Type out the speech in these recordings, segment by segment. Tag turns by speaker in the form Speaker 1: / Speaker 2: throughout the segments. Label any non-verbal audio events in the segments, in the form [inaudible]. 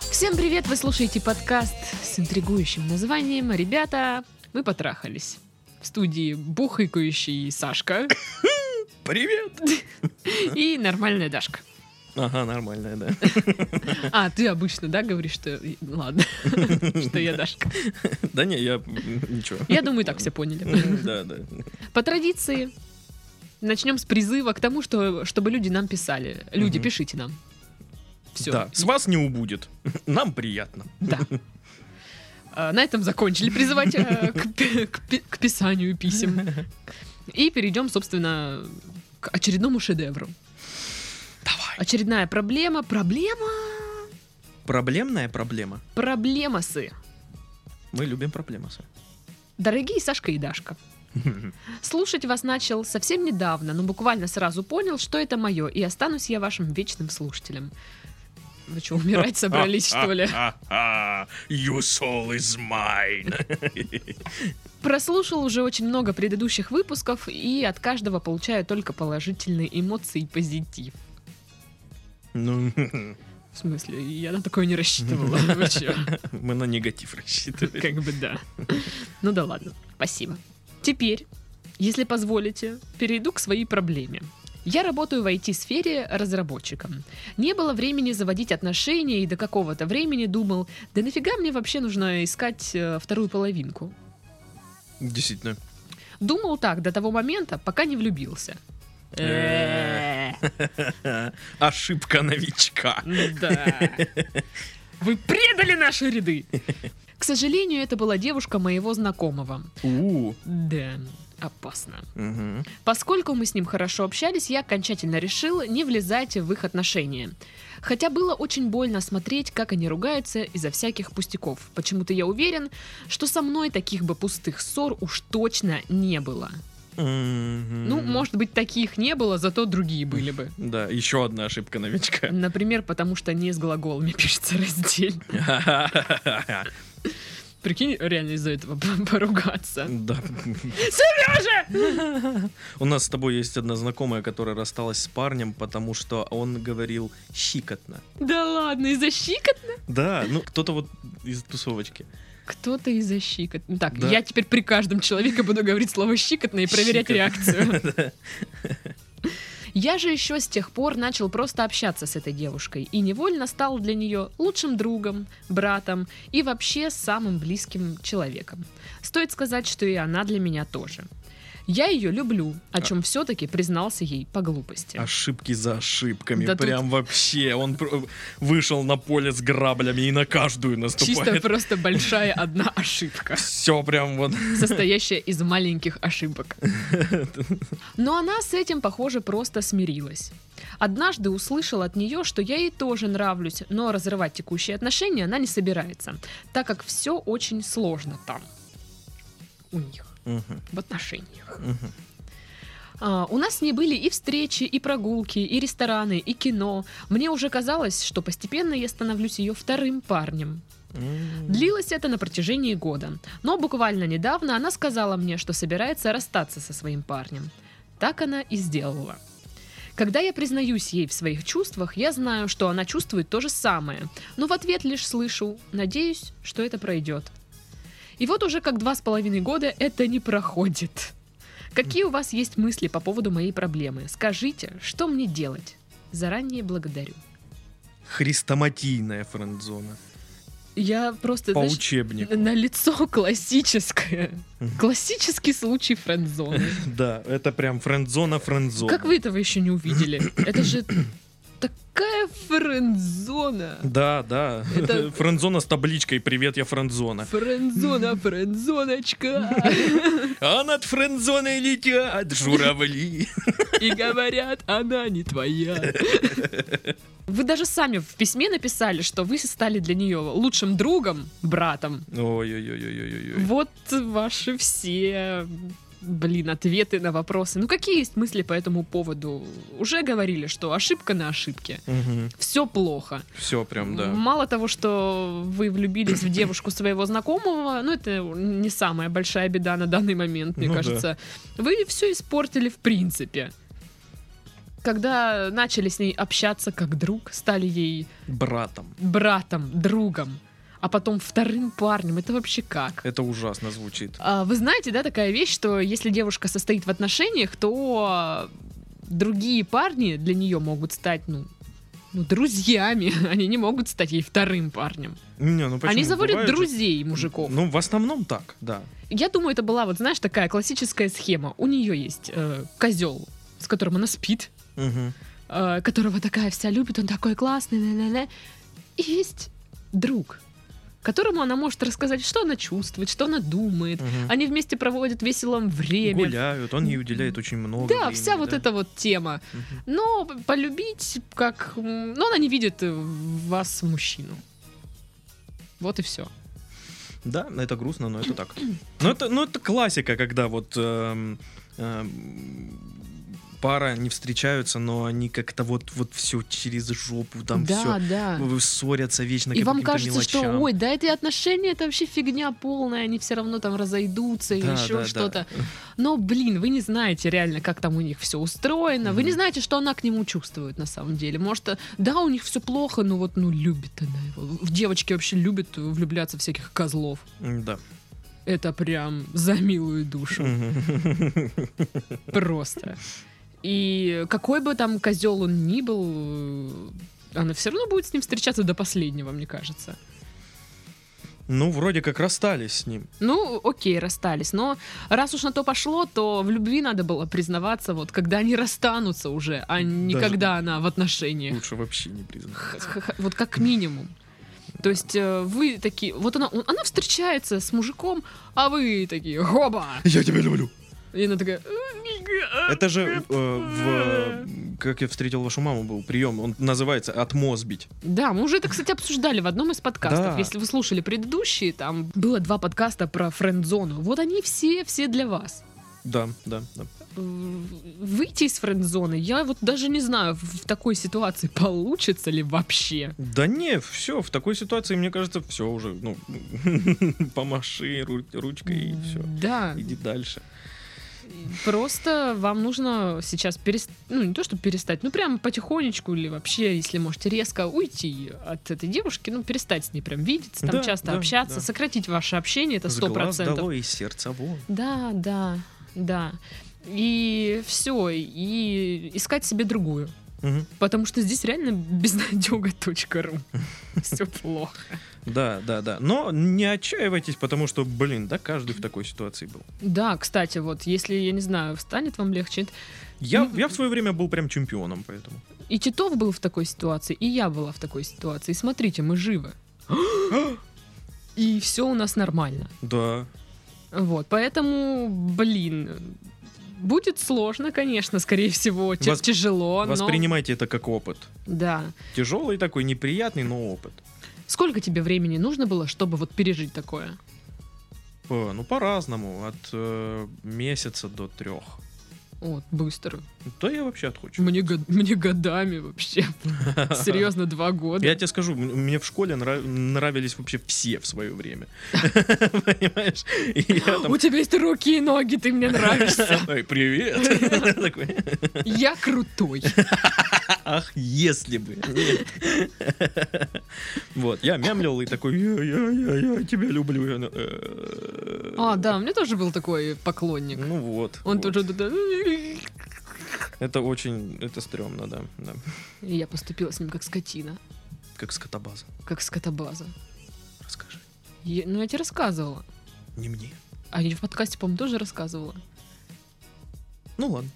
Speaker 1: Всем привет! Вы слушаете подкаст с интригующим названием «Ребята, мы потрахались». В студии бухайкающий Сашка
Speaker 2: Привет!
Speaker 1: [laughs] и нормальная Дашка.
Speaker 2: Ага, нормальная, да. [laughs]
Speaker 1: А, ты обычно, да, говоришь, что... Ладно, [laughs] что я Дашка.
Speaker 2: Да не, я м, ничего.
Speaker 1: Я думаю, так все поняли.
Speaker 2: М, [laughs] Да, да.
Speaker 1: По традиции, начнем с призыва к тому, что, чтобы люди нам писали. Люди,
Speaker 2: Мгм.
Speaker 1: пишите нам. Все.
Speaker 2: Да, с вас не убудет. [laughs] Нам приятно.
Speaker 1: Да. А, На этом закончили призывать э, к пи- к пи- к писанию писем. И перейдем, собственно, к очередному шедевру.
Speaker 2: Давай.
Speaker 1: Очередная проблема. Проблема?
Speaker 2: Проблемная проблема.
Speaker 1: Проблемасы.
Speaker 2: Мы любим проблемы. Сань.
Speaker 1: Дорогие Сашка и Дашка, слушать вас начал совсем недавно, но буквально сразу понял, что это мое, и останусь я вашим вечным слушателем. Вы что, умирать [laughs] собрались,
Speaker 2: [laughs] А,
Speaker 1: что ли?
Speaker 2: А-а-а, а. You soul is mine. [laughs]
Speaker 1: Прослушал уже очень много предыдущих выпусков и от каждого получаю только положительные эмоции и позитив.
Speaker 2: Ну, [laughs]
Speaker 1: В смысле, я на такое не рассчитывала. Вы чё?
Speaker 2: мы на негатив рассчитывали.
Speaker 1: Как бы да. Ну да ладно, спасибо. Теперь, если позволите, перейду к своей проблеме. Я работаю в IT-сфере разработчиком. Не было времени заводить отношения и до какого-то времени думал, да нафига мне вообще нужно искать э, вторую половинку?
Speaker 2: [laughs] Действительно. [laughs]
Speaker 1: Думал так до того момента, пока не влюбился.
Speaker 2: Э. Ошибка новичка.
Speaker 1: Ну. Да. Вы предали наши ряды! К сожалению, это была девушка моего знакомого.
Speaker 2: У.
Speaker 1: Да, опасно.
Speaker 2: Мгм.
Speaker 1: Поскольку мы с ним хорошо общались, я окончательно решила не влезать в их отношения. Хотя было очень больно смотреть, как они ругаются из-за всяких пустяков. Почему-то я уверен, что со мной таких бы пустых ссор уж точно не было.
Speaker 2: Мгм.
Speaker 1: Ну, может быть, таких не было, зато другие были бы.
Speaker 2: Да, еще одна ошибка новичка. [laughs]
Speaker 1: Например, потому что не с глаголами [laughs] пишется раздел.
Speaker 2: Да.
Speaker 1: Прикинь, реально из-за этого [laughs] поругаться. Сережа!
Speaker 2: У нас с тобой есть одна знакомая, которая рассталась с парнем, потому что он говорил щикотно.
Speaker 1: Да ладно, из-за щикот?
Speaker 2: Да, ну кто-то вот из тусовочки.
Speaker 1: Кто-то из-за щикот. Ну Так,
Speaker 2: Да.
Speaker 1: я теперь при каждом человеке буду говорить слово щикотно и проверять
Speaker 2: Щикотно. [laughs]
Speaker 1: реакцию. Я же еще с тех пор начал просто общаться с этой девушкой и невольно стал для нее лучшим другом, братом и вообще самым близким человеком. Стоит сказать, что и она для меня тоже. Я ее люблю, о
Speaker 2: А.
Speaker 1: чем все-таки признался ей по глупости.
Speaker 2: Ошибки за ошибками.
Speaker 1: Да тут-
Speaker 2: Прям вообще. Он пр- вышел на поле с граблями и на каждую
Speaker 1: Чисто
Speaker 2: наступает.
Speaker 1: просто большая одна ошибка.
Speaker 2: Все прям вот.
Speaker 1: состоящая из маленьких ошибок. Но она с этим, похоже, просто смирилась. Однажды услышала от нее, что я ей тоже нравлюсь, но разрывать текущие отношения она не собирается, так как все очень сложно там. У них,
Speaker 2: Мгм,
Speaker 1: в отношениях.
Speaker 2: мгм.
Speaker 1: А, у нас не были и встречи, и прогулки, и рестораны, и кино. Мне уже казалось, что постепенно я становлюсь ее вторым парнем.
Speaker 2: М.
Speaker 1: Длилось это на протяжении года, но буквально недавно она сказала мне, что собирается расстаться со своим парнем. Так она и сделала. Когда я признаюсь ей в своих чувствах, я знаю, что она чувствует то же самое, но в ответ лишь слышу «надеюсь, что это пройдет». И вот уже как два с половиной года это не проходит. Какие у вас есть мысли по поводу моей проблемы? Скажите, что мне делать? Заранее благодарю.
Speaker 2: Хрестоматийная френдзона.
Speaker 1: Я просто...
Speaker 2: По
Speaker 1: знаешь, э,
Speaker 2: учебнику.
Speaker 1: На лицо классическое.
Speaker 2: Мгм.
Speaker 1: Классический случай френдзоны.
Speaker 2: Да, это прям френдзона френдзона.
Speaker 1: Как вы этого еще не увидели? Это же такая френдзона.
Speaker 2: Да, да.
Speaker 1: Это-
Speaker 2: Френдзона с табличкой «Привет, я френдзона».
Speaker 1: Френдзона, френдзоночка.
Speaker 2: А над френдзоной летят журавли.
Speaker 1: И говорят, она не твоя. Вы даже сами в письме написали, что вы стали для нее лучшим другом, братом.
Speaker 2: Ой-ой-ой-ой-ой-ой.
Speaker 1: Вот ваши все, блин, ответы на вопросы. Ну какие есть мысли по этому поводу? Уже говорили, что ошибка на ошибке. Все плохо.
Speaker 2: Все прям, да.
Speaker 1: Мало того, что вы влюбились в девушку своего знакомого, ну это не самая большая беда на данный момент, мне
Speaker 2: Ну да.
Speaker 1: кажется. Вы все испортили в принципе. когда начали с ней общаться как друг, стали ей
Speaker 2: Братом.
Speaker 1: братом, другом, а потом вторым парнем, это вообще как?
Speaker 2: Это ужасно звучит.
Speaker 1: А, Вы знаете, да, такая вещь, что если девушка состоит в отношениях, то другие парни для нее могут стать, ну, ну, друзьями. [laughs] Они не могут стать ей вторым парнем.
Speaker 2: Не, ну почему?
Speaker 1: Они заводят
Speaker 2: Бывает же-
Speaker 1: друзей мужиков.
Speaker 2: Ну, в основном так, да.
Speaker 1: Я думаю, это была, вот знаешь, такая классическая схема. У нее есть э, козел, с которым она спит,
Speaker 2: Мгм.
Speaker 1: э, которого такая вся любит, он такой классный, ля-ля-ля. И есть друг, которому она может рассказать, что она чувствует, что она думает.
Speaker 2: Мгм.
Speaker 1: Они вместе проводят весело время.
Speaker 2: Гуляют, он ей уделяет очень много.
Speaker 1: Да,
Speaker 2: времени,
Speaker 1: вся вот
Speaker 2: да.
Speaker 1: эта вот тема.
Speaker 2: Мгм.
Speaker 1: Но полюбить как... м, Но она не видит э, в вас мужчину. Вот и все.
Speaker 2: Да, это грустно, но это
Speaker 1: [clears throat]
Speaker 2: так. Но это, ну, это классика, когда вот эм, эм, пара не встречаются, но они как-то вот, вот все через жопу, там Ну,
Speaker 1: да, да.
Speaker 2: все ссорятся вечно.
Speaker 1: И
Speaker 2: по
Speaker 1: вам
Speaker 2: каким-то
Speaker 1: кажется, что,
Speaker 2: мелочам.
Speaker 1: ой, да эти отношения это вообще фигня полная, они все равно там разойдутся или
Speaker 2: Да,
Speaker 1: еще
Speaker 2: да, да.
Speaker 1: что-то. Но, блин, вы не знаете реально, как там у них все устроено, вы не
Speaker 2: Мгм.
Speaker 1: знаете, что она к нему чувствует на самом деле. Может, э, да, у них все плохо, но вот, ну, любит она его. В- Девочки вообще любят э, влюбляться в всяких козлов.
Speaker 2: М, Да.
Speaker 1: Это прям за милую душу.
Speaker 2: Мгм. [laughs]
Speaker 1: Просто. И какой бы там козел он ни был, э, она все равно будет с ним встречаться до последнего, мне кажется.
Speaker 2: Ну, вроде как расстались с ним.
Speaker 1: Ну, окей, расстались. Но раз уж на то пошло, то в любви надо было признаваться, вот когда они расстанутся уже, а не
Speaker 2: Даже-
Speaker 1: когда она в отношениях.
Speaker 2: Лучше вообще не признаваться.
Speaker 1: Х-х-х, Вот как минимум. То есть э, вы такие, вот она, он- она встречается с мужиком, а вы такие, хоба!
Speaker 2: Я тебя люблю.
Speaker 1: И она такая,
Speaker 2: Это же э, в, э, как я встретил вашу маму был прием, он называется отмозбить.
Speaker 1: Да, мы уже это, кстати, обсуждали в одном из подкастов.
Speaker 2: Да.
Speaker 1: Если вы слушали предыдущие, там было два подкаста про френд-зону. Вот они все, все для вас.
Speaker 2: Да, да, да.
Speaker 1: В- Выйти из френд-зоны, я вот даже не знаю, в в такой ситуации [laughs] получится ли вообще.
Speaker 2: Да не, все, в такой ситуации, мне кажется, все уже, ну, [laughs] помаши ру- ручкой и все.
Speaker 1: Да,
Speaker 2: Иди дальше.
Speaker 1: просто вам нужно сейчас перестать, ну не то, чтобы перестать, ну прям потихонечку или вообще, если можете резко уйти от этой девушки, ну перестать с ней прям видеться, там
Speaker 2: Да,
Speaker 1: часто
Speaker 2: да,
Speaker 1: общаться,
Speaker 2: да.
Speaker 1: сократить ваше общение, это
Speaker 2: С
Speaker 1: сто
Speaker 2: глаз
Speaker 1: процентов.
Speaker 2: дало и сердце вон.
Speaker 1: Да, да, да. И все, и искать себе другую.
Speaker 2: Мгм.
Speaker 1: Потому что здесь реально [laughs] безнадега.ру. Все плохо.
Speaker 2: Да, да, да. Но не отчаивайтесь, потому что, блин, да каждый в такой ситуации был.
Speaker 1: Да, кстати, вот, если, я не знаю, станет вам легче.
Speaker 2: Я,
Speaker 1: Ну,
Speaker 2: я в свое время был прям чемпионом, поэтому.
Speaker 1: И Титов был в такой ситуации, и я была в такой ситуации. Смотрите, мы живы. [gasps] И все у нас нормально.
Speaker 2: Да.
Speaker 1: Вот, поэтому, блин, будет сложно, конечно, скорее всего, те-
Speaker 2: Вос-
Speaker 1: тяжело, но...
Speaker 2: Воспринимайте это как опыт.
Speaker 1: Да.
Speaker 2: Тяжелый такой, неприятный, но опыт.
Speaker 1: Сколько тебе времени нужно было, чтобы вот пережить такое?
Speaker 2: Э, ну, по-разному. От э, месяца до трех.
Speaker 1: Вот, быстро.
Speaker 2: Да я вообще
Speaker 1: [laughs]
Speaker 2: отхочу.
Speaker 1: Мне, год- мне годами
Speaker 2: [laughs]
Speaker 1: вообще. Серьезно, два
Speaker 2: Я типа
Speaker 1: года.
Speaker 2: тебе скажу, м- мне в школе нра- нравились вообще все в свое время. [laughs] Понимаешь? И я там...
Speaker 1: У тебя есть руки и ноги, ты мне
Speaker 2: [laughs]
Speaker 1: нравишься.
Speaker 2: Ой, привет! [laughs] Такой, «А,
Speaker 1: Я крутой.
Speaker 2: Ах, если бы. [laughs] Нет. Вот, я мямлил и такой, я, я, я, я тебя люблю. И она, «Э, «Э-э-э».
Speaker 1: А, да, у меня тоже был такой поклонник.
Speaker 2: Ну вот.
Speaker 1: Он
Speaker 2: вот.
Speaker 1: тоже... да-да.
Speaker 2: Это очень, это стрёмно, да, да.
Speaker 1: И я поступила с ним как скотина,
Speaker 2: Как скотобаза.
Speaker 1: как скотобаза.
Speaker 2: Расскажи.
Speaker 1: Я- Ну, я тебе рассказывала.
Speaker 2: Не мне.
Speaker 1: А я в подкасте, по-моему, тоже рассказывала.
Speaker 2: Ну ладно.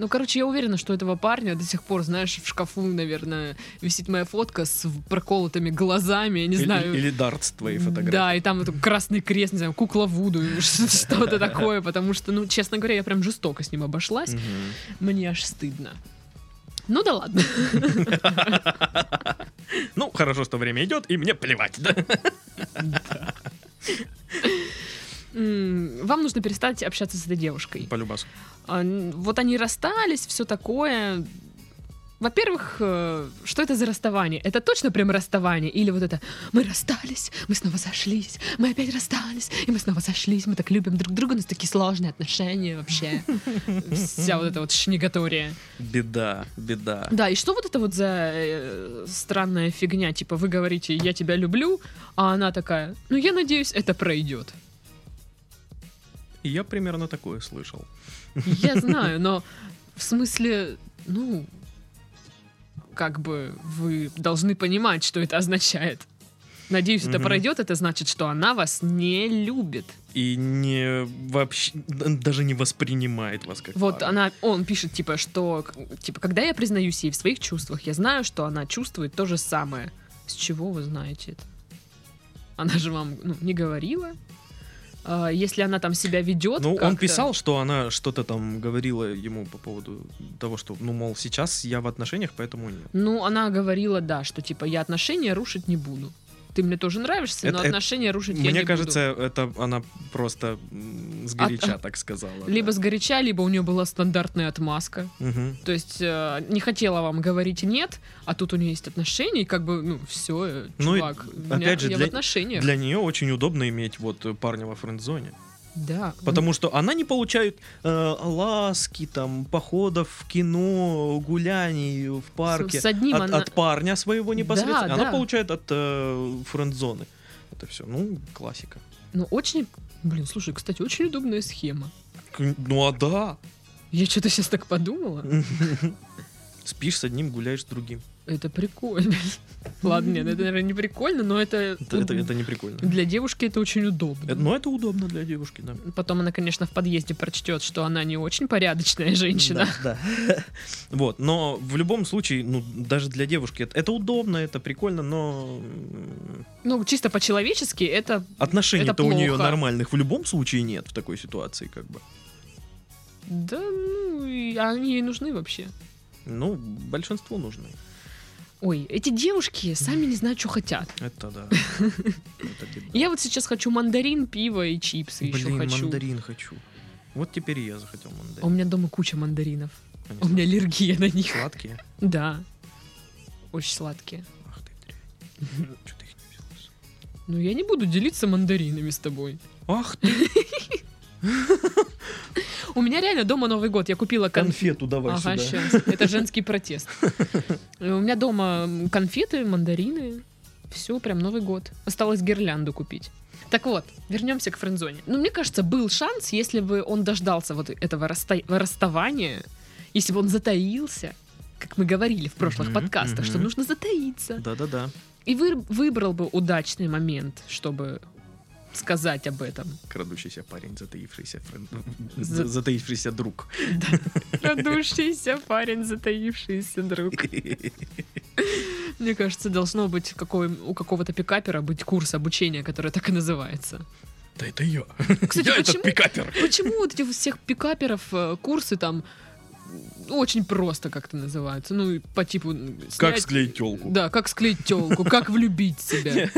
Speaker 1: Ну, короче, я уверена, что у этого парня до сих пор, знаешь, в шкафу, наверное, висит моя фотка с проколотыми глазами, я не
Speaker 2: Или-
Speaker 1: знаю.
Speaker 2: Или дартс твои
Speaker 1: Да,
Speaker 2: фотографии.
Speaker 1: и там это красный крест, не знаю, кукла Вуду, [laughs] ш- что-то такое, потому что, ну, честно говоря, я прям жестоко с ним обошлась.
Speaker 2: Мгм.
Speaker 1: Мне аж стыдно. Ну да ладно.
Speaker 2: Ну, хорошо, что время идет, и мне плевать, да?
Speaker 1: М, Вам нужно перестать общаться с этой девушкой.
Speaker 2: По любасу.
Speaker 1: А, н- Вот они расстались, все такое. Во-первых, э, что это за расставание? Это точно прям расставание? Или вот это «мы расстались, мы снова сошлись, мы опять расстались, и мы снова сошлись, мы так любим друг друга, у нас такие сложные отношения вообще». Вся вот эта вот шнегатория.
Speaker 2: Беда, беда.
Speaker 1: Да, и что вот это вот за э, странная фигня? Типа вы говорите «я тебя люблю», а она такая «ну я надеюсь, это пройдет».
Speaker 2: И Я примерно такое слышал.
Speaker 1: Я знаю, но в смысле, ну, как бы вы должны понимать, что это означает. Надеюсь, это
Speaker 2: Мгм.
Speaker 1: пройдет, это значит, что она вас не любит.
Speaker 2: И не вообще даже не воспринимает вас как.
Speaker 1: Вот
Speaker 2: пару.
Speaker 1: она, он пишет, типа, что, к- типа, когда я признаюсь ей в своих чувствах, я знаю, что она чувствует то же самое. С чего вы знаете это? Она же вам, ну, не говорила. А, если она там себя ведет,
Speaker 2: Ну, он
Speaker 1: как-то-
Speaker 2: писал, что она что-то там говорила ему по поводу того, что, ну, мол, сейчас я в отношениях, поэтому нет.
Speaker 1: Ну, она говорила, да, что типа я отношения рушить не буду. Ты мне тоже нравишься,
Speaker 2: Это-
Speaker 1: но
Speaker 2: это-
Speaker 1: отношения рушить я не
Speaker 2: Мне
Speaker 1: буду.
Speaker 2: кажется, это она просто м, сгоряча так сказала.
Speaker 1: либо
Speaker 2: да.
Speaker 1: сгоряча, либо у нее была стандартная отмазка.
Speaker 2: Мгм.
Speaker 1: То есть э, не хотела вам говорить нет, а тут у нее есть отношения, и как бы, ну, все,
Speaker 2: Ну и
Speaker 1: чувак, у меня-
Speaker 2: опять же,
Speaker 1: я
Speaker 2: для-
Speaker 1: в отношениях.
Speaker 2: Для нее очень удобно иметь вот э, парня во френд-зоне.
Speaker 1: Да. ну,
Speaker 2: Потому что она не получает э, ласки, там, походов в кино, гуляний в парке.
Speaker 1: С- с одним
Speaker 2: от,
Speaker 1: она-
Speaker 2: от парня своего непосредственно.
Speaker 1: Да,
Speaker 2: она
Speaker 1: да.
Speaker 2: получает от э, френд-зоны. Это все, ну, классика.
Speaker 1: Ну, очень... Блин, слушай, кстати, очень удобная схема.
Speaker 2: К- Ну а да. [laughs]
Speaker 1: Я что-то сейчас так подумала.
Speaker 2: Спишь с одним, гуляешь с другим.
Speaker 1: Это прикольно. [laughs] Ладно, нет, это, наверное, не прикольно, но это...
Speaker 2: Это, это, это не прикольно.
Speaker 1: Для девушки это очень удобно.
Speaker 2: Э, Но это удобно для девушки, да.
Speaker 1: Потом она, конечно, в подъезде прочтет, что она не очень порядочная женщина. [laughs]
Speaker 2: Да, да. [laughs] Вот, но в любом случае, ну, даже для девушки это, это удобно, это прикольно, но м,
Speaker 1: Ну, чисто по-человечески это... Это
Speaker 2: отношений-то у
Speaker 1: плохо.
Speaker 2: нее нормальных в любом случае нет в такой ситуации, как бы.
Speaker 1: Да, ну, и они ей нужны вообще.
Speaker 2: Ну, большинству нужны.
Speaker 1: Ой, эти девушки сами не знают, что хотят. [laughs]
Speaker 2: Это да. Это беда.
Speaker 1: Я вот сейчас хочу мандарин, пиво и чипсы еще
Speaker 2: Блин,
Speaker 1: хочу.
Speaker 2: мандарин хочу. Вот теперь и я захотел
Speaker 1: А у
Speaker 2: мандарин.
Speaker 1: меня дома куча мандаринов.
Speaker 2: Они
Speaker 1: У меня аллергия на них.
Speaker 2: Сладкие.
Speaker 1: Да. Очень сладкие.
Speaker 2: Ах ты
Speaker 1: [laughs]
Speaker 2: дрянь. Чё ты их не взяла с собой?
Speaker 1: Ну, я не буду делиться мандаринами с тобой.
Speaker 2: Ах ты,
Speaker 1: У меня реально дома Новый год. Я купила конфеты.
Speaker 2: конфету давай
Speaker 1: Ага,
Speaker 2: сюда.
Speaker 1: щас. Это женский протест. Э, У меня дома м, конфеты, мандарины. Все, прям Новый год. Осталось гирлянду купить. Так вот, вернемся к френдзоне. Ну, мне кажется, был шанс, если бы он дождался вот этого расста- расставания, если бы он затаился, как мы говорили в прошлых
Speaker 2: Мгм,
Speaker 1: подкастах, что
Speaker 2: мгм.
Speaker 1: нужно затаиться.
Speaker 2: Да-да-да.
Speaker 1: И выр- выбрал бы удачный момент, чтобы сказать об этом.
Speaker 2: Крадущийся парень, затаившийся френд...
Speaker 1: За-
Speaker 2: затаившийся друг. [laughs]
Speaker 1: Надувшийся парень, затаившийся друг. Мне кажется, должно быть какой, у какого-то пикапера быть курс обучения, который так и называется.
Speaker 2: Да это я.
Speaker 1: Кстати,
Speaker 2: я
Speaker 1: почему-
Speaker 2: этот пикапер.
Speaker 1: Почему вот этих всех пикаперов э, курсы там м, очень просто как-то называются? Ну, и по типу... м,
Speaker 2: Как
Speaker 1: снять-
Speaker 2: склеить телку?
Speaker 1: Да, как склеить телку, как влюбить [laughs] себя.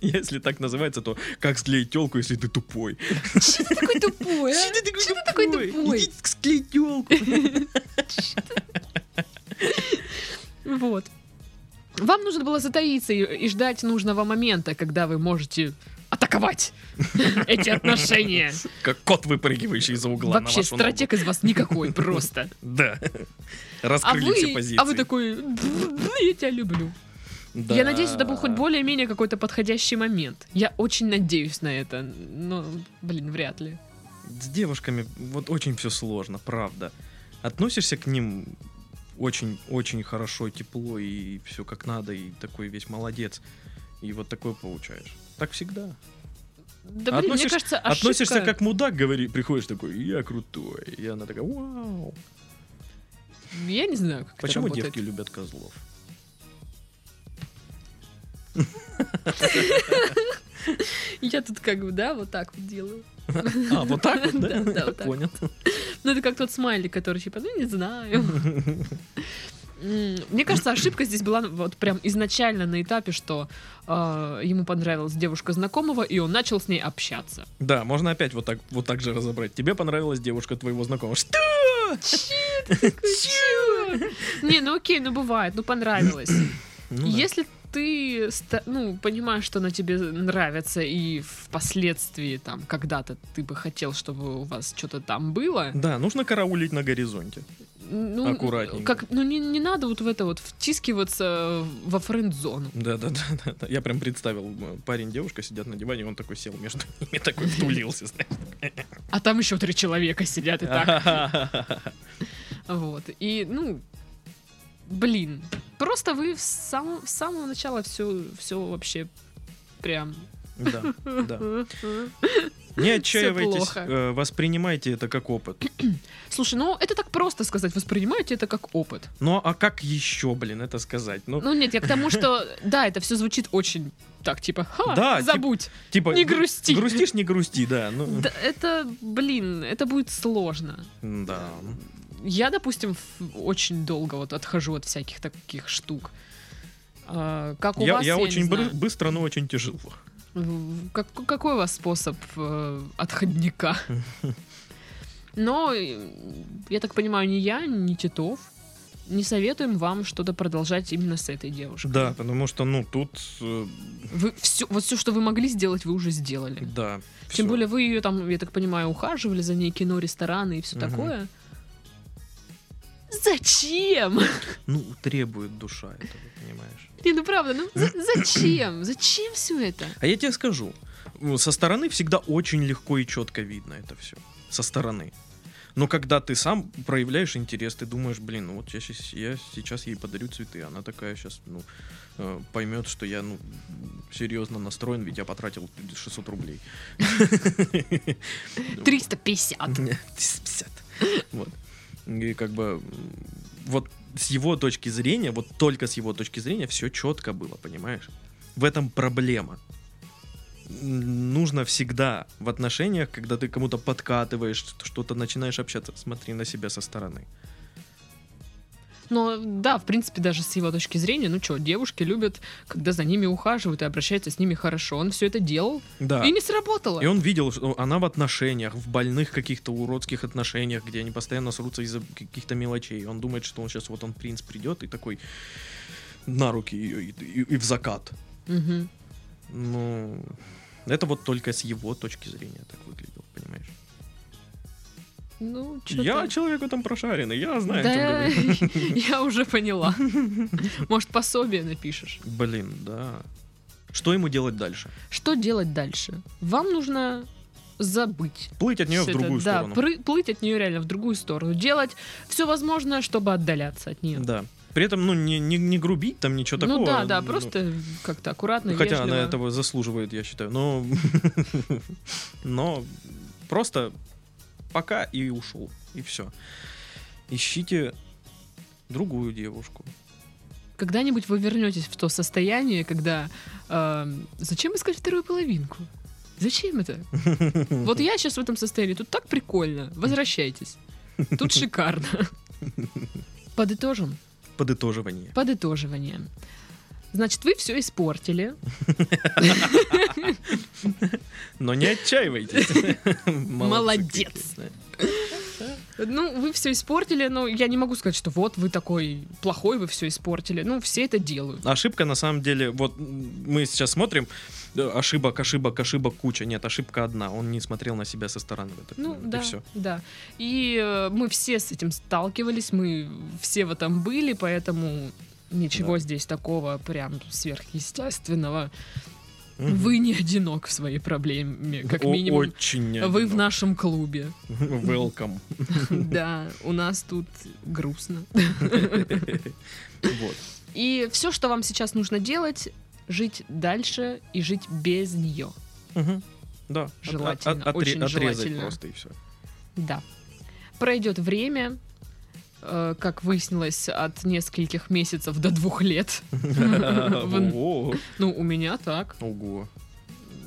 Speaker 2: Если так называется, то как склеить телку, если ты тупой?
Speaker 1: Че ты такой тупой, а? Чё ты такой тупой?
Speaker 2: Иди склей телку.
Speaker 1: Вот. Вам нужно было затаиться и, и ждать нужного момента, когда вы можете
Speaker 2: [laughs]
Speaker 1: атаковать эти отношения.
Speaker 2: Как кот, выпрыгивающий из-за угла на
Speaker 1: Вообще
Speaker 2: вашу ногу.
Speaker 1: стратег из вас никакой просто.
Speaker 2: Да.
Speaker 1: А
Speaker 2: Раскрыли все
Speaker 1: вы,
Speaker 2: позиции.
Speaker 1: а вы такой, «Да, я тебя люблю.
Speaker 2: Да.
Speaker 1: Я надеюсь, это был хоть более-менее какой-то подходящий момент. Я очень надеюсь на это, но, блин, вряд ли.
Speaker 2: С девушками вот очень все сложно, правда. Относишься к ним очень-очень хорошо, тепло и все как надо, и такой весь молодец. И вот такое получаешь. Так всегда.
Speaker 1: Да, блин, мне
Speaker 2: Относишь-
Speaker 1: кажется, ошибка...
Speaker 2: А Относишься как мудак, говори, приходишь такой, я крутой. И она такая, вау.
Speaker 1: Я не знаю, как это
Speaker 2: Почему
Speaker 1: работает.
Speaker 2: девки любят козлов?
Speaker 1: Я тут как бы, да, вот так вот делаю.
Speaker 2: А, вот так вот,
Speaker 1: [laughs]
Speaker 2: да?
Speaker 1: Да, да, вот так.
Speaker 2: Понял.
Speaker 1: Ну, это как тот смайлик, который типа, ну, не знаю. М, Мне кажется, ошибка здесь была вот прям изначально на этапе, что э, ему понравилась девушка знакомого, и он начал с ней
Speaker 2: [laughs]
Speaker 1: общаться.
Speaker 2: Да, можно опять вот так, вот так же разобрать. Тебе понравилась девушка твоего знакомого. Что?
Speaker 1: Чё? Не, ну окей, ну бывает, ну понравилось.
Speaker 2: Ну да.
Speaker 1: Если ты ста- ну, понимаешь, что она тебе нравится, и впоследствии там когда-то ты бы хотел, чтобы у вас что-то там было,
Speaker 2: Да, нужно караулить на горизонте.
Speaker 1: ну,
Speaker 2: Аккуратненько.
Speaker 1: Как, ну не, не надо вот в это вот втискиваться во френд-зону.
Speaker 2: Да, да, да, да, да. Я прям представил, м, парень, девушка сидят на диване, и он такой сел между [laughs] ними, такой втулился, [laughs] знаешь.
Speaker 1: А там еще три человека сидят и так. Вот. И, ну, блин. Просто вы с самого, с самого начала все, все вообще прям...
Speaker 2: Да, да. Не отчаивайтесь,
Speaker 1: плохо.
Speaker 2: э, воспринимайте это как опыт.
Speaker 1: Слушай, ну это так просто сказать, воспринимайте это как опыт.
Speaker 2: Ну а как еще, блин, это сказать? Ну,
Speaker 1: Ну нет, я к тому, что да, это все звучит очень так, типа, ха,
Speaker 2: Да, тип-
Speaker 1: забудь.
Speaker 2: типа...
Speaker 1: не
Speaker 2: гру-
Speaker 1: грусти.
Speaker 2: Грустишь, не грусти, да. Ну,
Speaker 1: Да, это, блин, это будет сложно.
Speaker 2: да.
Speaker 1: Я, допустим, в- очень долго вот отхожу от всяких таких штук. А, как у
Speaker 2: Я
Speaker 1: вас,
Speaker 2: я
Speaker 1: не
Speaker 2: очень
Speaker 1: знаю.
Speaker 2: бры- быстро, но очень тяжело.
Speaker 1: В- как- какой у вас способ э, отходника? Но, э, я так понимаю, ни я, ни Титов не советуем вам что-то продолжать именно с этой девушкой.
Speaker 2: Да, потому что, ну, тут... э,
Speaker 1: Вы все, вот все, что вы могли сделать, вы уже сделали.
Speaker 2: Да.
Speaker 1: Тем
Speaker 2: всё.
Speaker 1: более вы ее там, я так понимаю, ухаживали за ней, кино, рестораны и все
Speaker 2: Мгм.
Speaker 1: такое. Зачем? [laughs]
Speaker 2: Ну, требует душа этого, понимаешь?
Speaker 1: Не, ну правда, ну
Speaker 2: [coughs]
Speaker 1: за- зачем? Зачем все это?
Speaker 2: А я тебе скажу, м, со стороны всегда очень легко и четко видно это все. Со стороны. Но когда ты сам проявляешь интерес, ты думаешь, блин, ну вот я, щас- я сейчас ей подарю цветы, она такая сейчас, ну, поймет, что я, ну, серьезно настроен, ведь я потратил
Speaker 1: [laughs]
Speaker 2: 600 рублей.
Speaker 1: 350.
Speaker 2: 350. [laughs] Вот. И как бы м, вот с его точки зрения, вот только с его точки зрения все четко было, понимаешь? В этом проблема. М, Нужно всегда в отношениях, когда ты кому-то подкатываешь, что- что-то начинаешь общаться, смотри на себя со стороны.
Speaker 1: Но да, в принципе, даже с его точки зрения, ну что, девушки любят, когда за ними ухаживают и обращаются с ними хорошо. Он все это делал
Speaker 2: Да.
Speaker 1: и не сработало.
Speaker 2: И он видел, что она в отношениях, в больных каких-то уродских отношениях, где они постоянно срутся из-за каких-то мелочей. Он думает, что он сейчас вот он принц придет и такой на руки ее и, и- и в закат.
Speaker 1: Мгм.
Speaker 2: Ну, это вот только с его точки зрения так выглядело, понимаешь?
Speaker 1: Ну, чё-то-
Speaker 2: Я человек в этом прошаренный, я знаю, о чем
Speaker 1: да, [laughs]
Speaker 2: говорю.
Speaker 1: я уже
Speaker 2: [laughs]
Speaker 1: поняла. Может, пособие напишешь?
Speaker 2: Блин, да. Что ему делать дальше?
Speaker 1: Что делать дальше? Вам нужно забыть.
Speaker 2: Плыть от нее в
Speaker 1: всё
Speaker 2: другую
Speaker 1: это. да,
Speaker 2: сторону.
Speaker 1: пры- плыть от нее реально в другую сторону. Делать все возможное, чтобы отдаляться от нее.
Speaker 2: Да. При этом, ну, не, не, не грубить там ничего такого.
Speaker 1: ну да, да,
Speaker 2: ну,
Speaker 1: просто как-то аккуратно,
Speaker 2: Хотя
Speaker 1: вежливо.
Speaker 2: она этого заслуживает, я считаю. Но... [laughs] Но просто пока и ушел. И все. Ищите другую девушку.
Speaker 1: Когда-нибудь вы вернетесь в то состояние, когда э, зачем искать вторую половинку? Зачем
Speaker 2: [laughs]
Speaker 1: это? Вот я сейчас в этом состоянии, тут так прикольно. Возвращайтесь. Тут
Speaker 2: [laughs]
Speaker 1: шикарно. Подытожим.
Speaker 2: Подытоживание.
Speaker 1: Подытоживание. Значит, вы все испортили.
Speaker 2: Но не отчаивайтесь.
Speaker 1: [laughs]
Speaker 2: Молодцы
Speaker 1: Молодец.
Speaker 2: какие, да.
Speaker 1: Ну, вы все испортили, но я не могу сказать, что вот вы такой плохой, вы все испортили. Ну, все это делают.
Speaker 2: Ошибка на самом деле, вот м, мы сейчас смотрим, э, ошибок, ошибок, ошибок куча. Нет, ошибка одна. Он не смотрел на себя со стороны в этот
Speaker 1: Ну,
Speaker 2: момент,
Speaker 1: да,
Speaker 2: И все.
Speaker 1: да. И э, мы все с этим сталкивались, мы все в этом были, поэтому ничего
Speaker 2: Да.
Speaker 1: здесь такого прям сверхъестественного. Вы не одинок в своей проблеме, как минимум.
Speaker 2: Очень.
Speaker 1: Вы в
Speaker 2: одиноко.
Speaker 1: нашем
Speaker 2: [laughs]
Speaker 1: клубе.
Speaker 2: Welcome.
Speaker 1: Да, у нас тут грустно.
Speaker 2: Вот.
Speaker 1: И все, что вам сейчас нужно делать, жить дальше и жить без нее.
Speaker 2: Мгм. Да. От-
Speaker 1: Желательно,
Speaker 2: от- отре-
Speaker 1: очень
Speaker 2: Отрезать
Speaker 1: желательно.
Speaker 2: просто и все.
Speaker 1: Да. Пройдет время, э, как выяснилось, от нескольких месяцев до двух лет. [laughs] В- Ну, у меня так.
Speaker 2: Ого.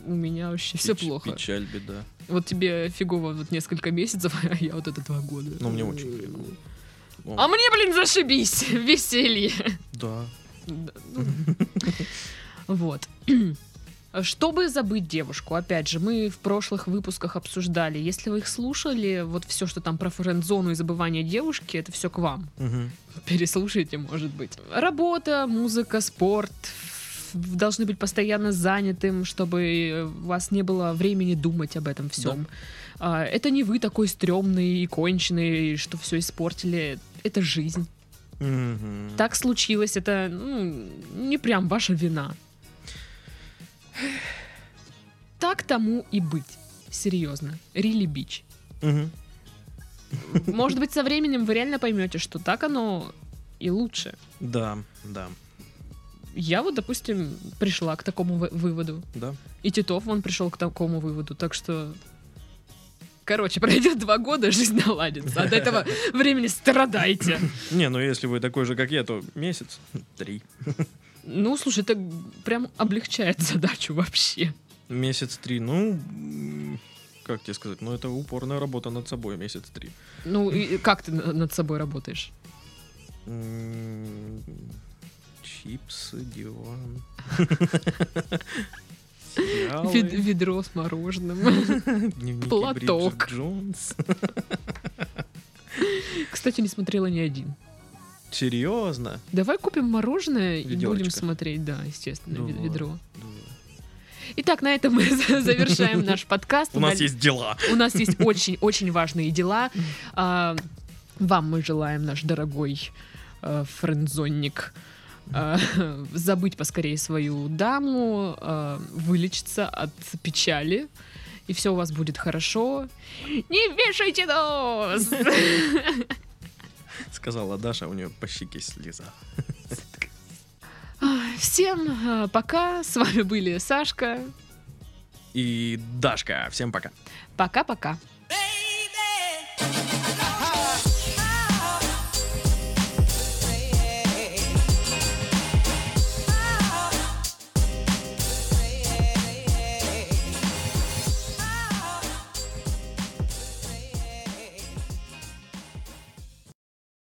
Speaker 1: У меня вообще все
Speaker 2: Печ-
Speaker 1: плохо.
Speaker 2: Печаль, беда.
Speaker 1: Вот тебе фигово вот несколько месяцев, [laughs] а я вот это два года.
Speaker 2: Ну, мне очень хреново. О,
Speaker 1: А мне, блин, зашибись! [laughs] Веселье!
Speaker 2: Да.
Speaker 1: Да, ну. Вот. [clears throat] Чтобы забыть девушку, опять же, мы в прошлых выпусках обсуждали, если вы их слушали, вот все, что там про френд-зону и забывание девушки, это все к вам.
Speaker 2: Мгм.
Speaker 1: Переслушайте, может быть. Работа, музыка, спорт Вы должны быть постоянно занятым, чтобы у вас не было времени думать об этом всем. А, Это не вы такой стрёмный и конченый, что все испортили. Это жизнь.
Speaker 2: Мгм.
Speaker 1: Так случилось, это ну, не прям ваша вина. Так тому и быть. Серьезно. Рили бич.
Speaker 2: Мгм.
Speaker 1: Может быть, со временем вы реально поймете, что так оно и лучше.
Speaker 2: Да, да,
Speaker 1: Я вот, допустим, пришла к такому вы- выводу.
Speaker 2: да.
Speaker 1: И Титов, он пришел к такому выводу. Так что... Короче, [laughs] пройдет два года, жизнь наладится. А до
Speaker 2: [laughs]
Speaker 1: этого времени страдайте.
Speaker 2: Не, ну если вы такой же, как я, то месяц, три.
Speaker 1: Ну, слушай, это прям облегчает задачу вообще.
Speaker 2: Месяц три, ну, м, как тебе сказать, ну это упорная работа над собой, месяц три.
Speaker 1: Ну, и как ты на- над собой работаешь?
Speaker 2: М, Чипсы, диван.
Speaker 1: Вед-
Speaker 2: Сериалы,
Speaker 1: ведро с
Speaker 2: [laughs]
Speaker 1: мороженым.
Speaker 2: дневники
Speaker 1: платок.
Speaker 2: Бриджит Джонс.
Speaker 1: Кстати, не смотрела ни один.
Speaker 2: Серьезно?
Speaker 1: Давай купим мороженое и
Speaker 2: Ведерочко.
Speaker 1: будем смотреть, да, естественно,
Speaker 2: Ну
Speaker 1: вед-
Speaker 2: вот.
Speaker 1: ведро. Итак, на этом мы [laughs] завершаем наш подкаст.
Speaker 2: У нас
Speaker 1: Даль-
Speaker 2: есть дела.
Speaker 1: У нас есть очень-очень важные дела. А, Вам мы желаем, наш дорогой э, френдзонник, э, забыть поскорее свою даму, э, вылечиться от печали, и все у вас будет хорошо. Не вешайте нос!
Speaker 2: Сказала Даша, у нее по щеке слеза.
Speaker 1: Всем э, пока. С вами были Сашка.
Speaker 2: И Дашка, всем пока.
Speaker 1: Пока-пока.
Speaker 3: Baby, I got